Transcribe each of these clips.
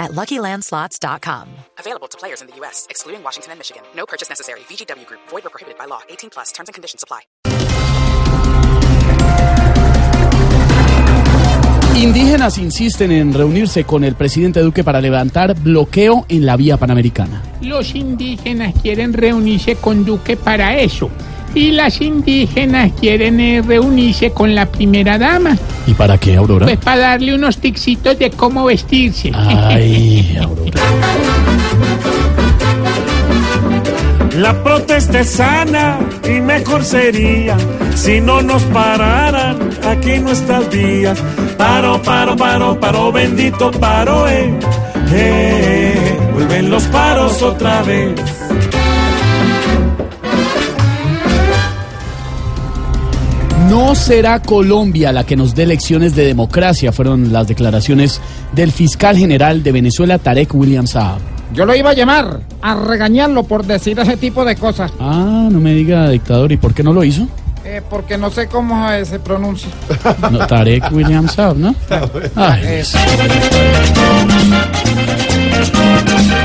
at luckylandslots.com. Available to players in the U.S., excluding Washington and Michigan. No purchase necessary. VGW Group, void or prohibited by law. 18 plus terms and conditions apply. Indígenas insisten en reunirse con el presidente Duque para levantar bloqueo en la vía panamericana. Los indígenas quieren reunirse con Duque para eso. Y las indígenas quieren eh, reunirse con la primera dama, ¿Y para qué, Aurora? pues para darle unos ticsitos de cómo vestirse. Ah. Ay, Aurora. La protesta es sana y mejor sería si no nos pararan aquí en nuestras vías. Paro, paro, paro, paro, bendito paro, eh. Eh, eh, eh. Vuelven los paros otra vez. No será Colombia la que nos dé lecciones de democracia, fueron las declaraciones del fiscal general de Venezuela, Tarek William Saab. Yo lo iba a llamar a regañarlo por decir ese tipo de cosas, Ah, no me diga dictador, ¿y por qué no lo hizo? eh, porque no sé cómo eh, se pronuncia. No, Tarek William Saab, ¿no? Ay, Dios.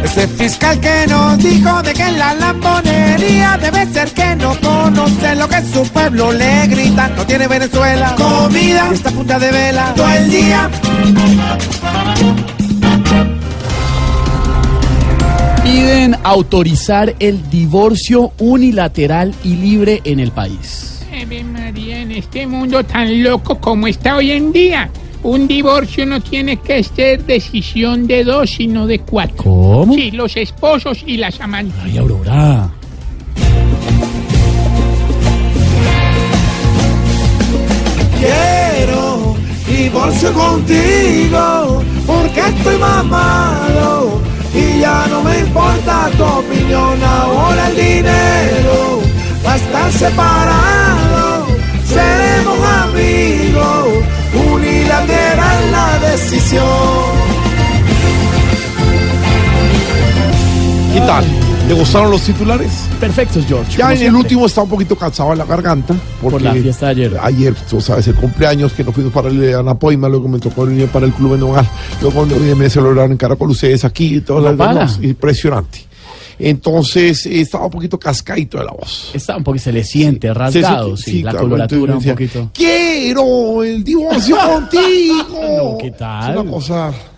Ese Este fiscal que nos dijo de que la lamponería debe ser que no conoce lo que su pueblo le grita. No tiene Venezuela comida y esta punta de vela todo el día. Piden autorizar el divorcio unilateral y libre en el país. Ave María, en este mundo tan loco como está hoy en día, un divorcio no tiene que ser decisión de dos, sino de cuatro. ¿Cómo? Sí, los esposos y las amantes. Ay, Aurora. Quiero divorcio contigo porque estoy mamado y ya no me importa tu opinión. Ahora el dinero va a estar separado. Seremos amigos, unilateral la decisión. ¿Qué tal? ¿Te gustaron los titulares? Perfectos, George. Ya como en el siempre. último está un poquito cansado en la garganta. Porque Por la fiesta de ayer. Ayer, tú sabes, el cumpleaños que nos fuimos para el Anapoima, luego me tocó venir para el Club de Nogal, luego me celebraron en Caracol, ustedes aquí, y todas No las para. no, Impresionante. Entonces, eh, estaba un poquito cascadito de la voz. Está un poquito, se le siente Se rasgado, siente- sí, la claro, coloratura un entonces decía, poquito. Quiero el divorcio contigo. No, ¿qué tal? Es una cosa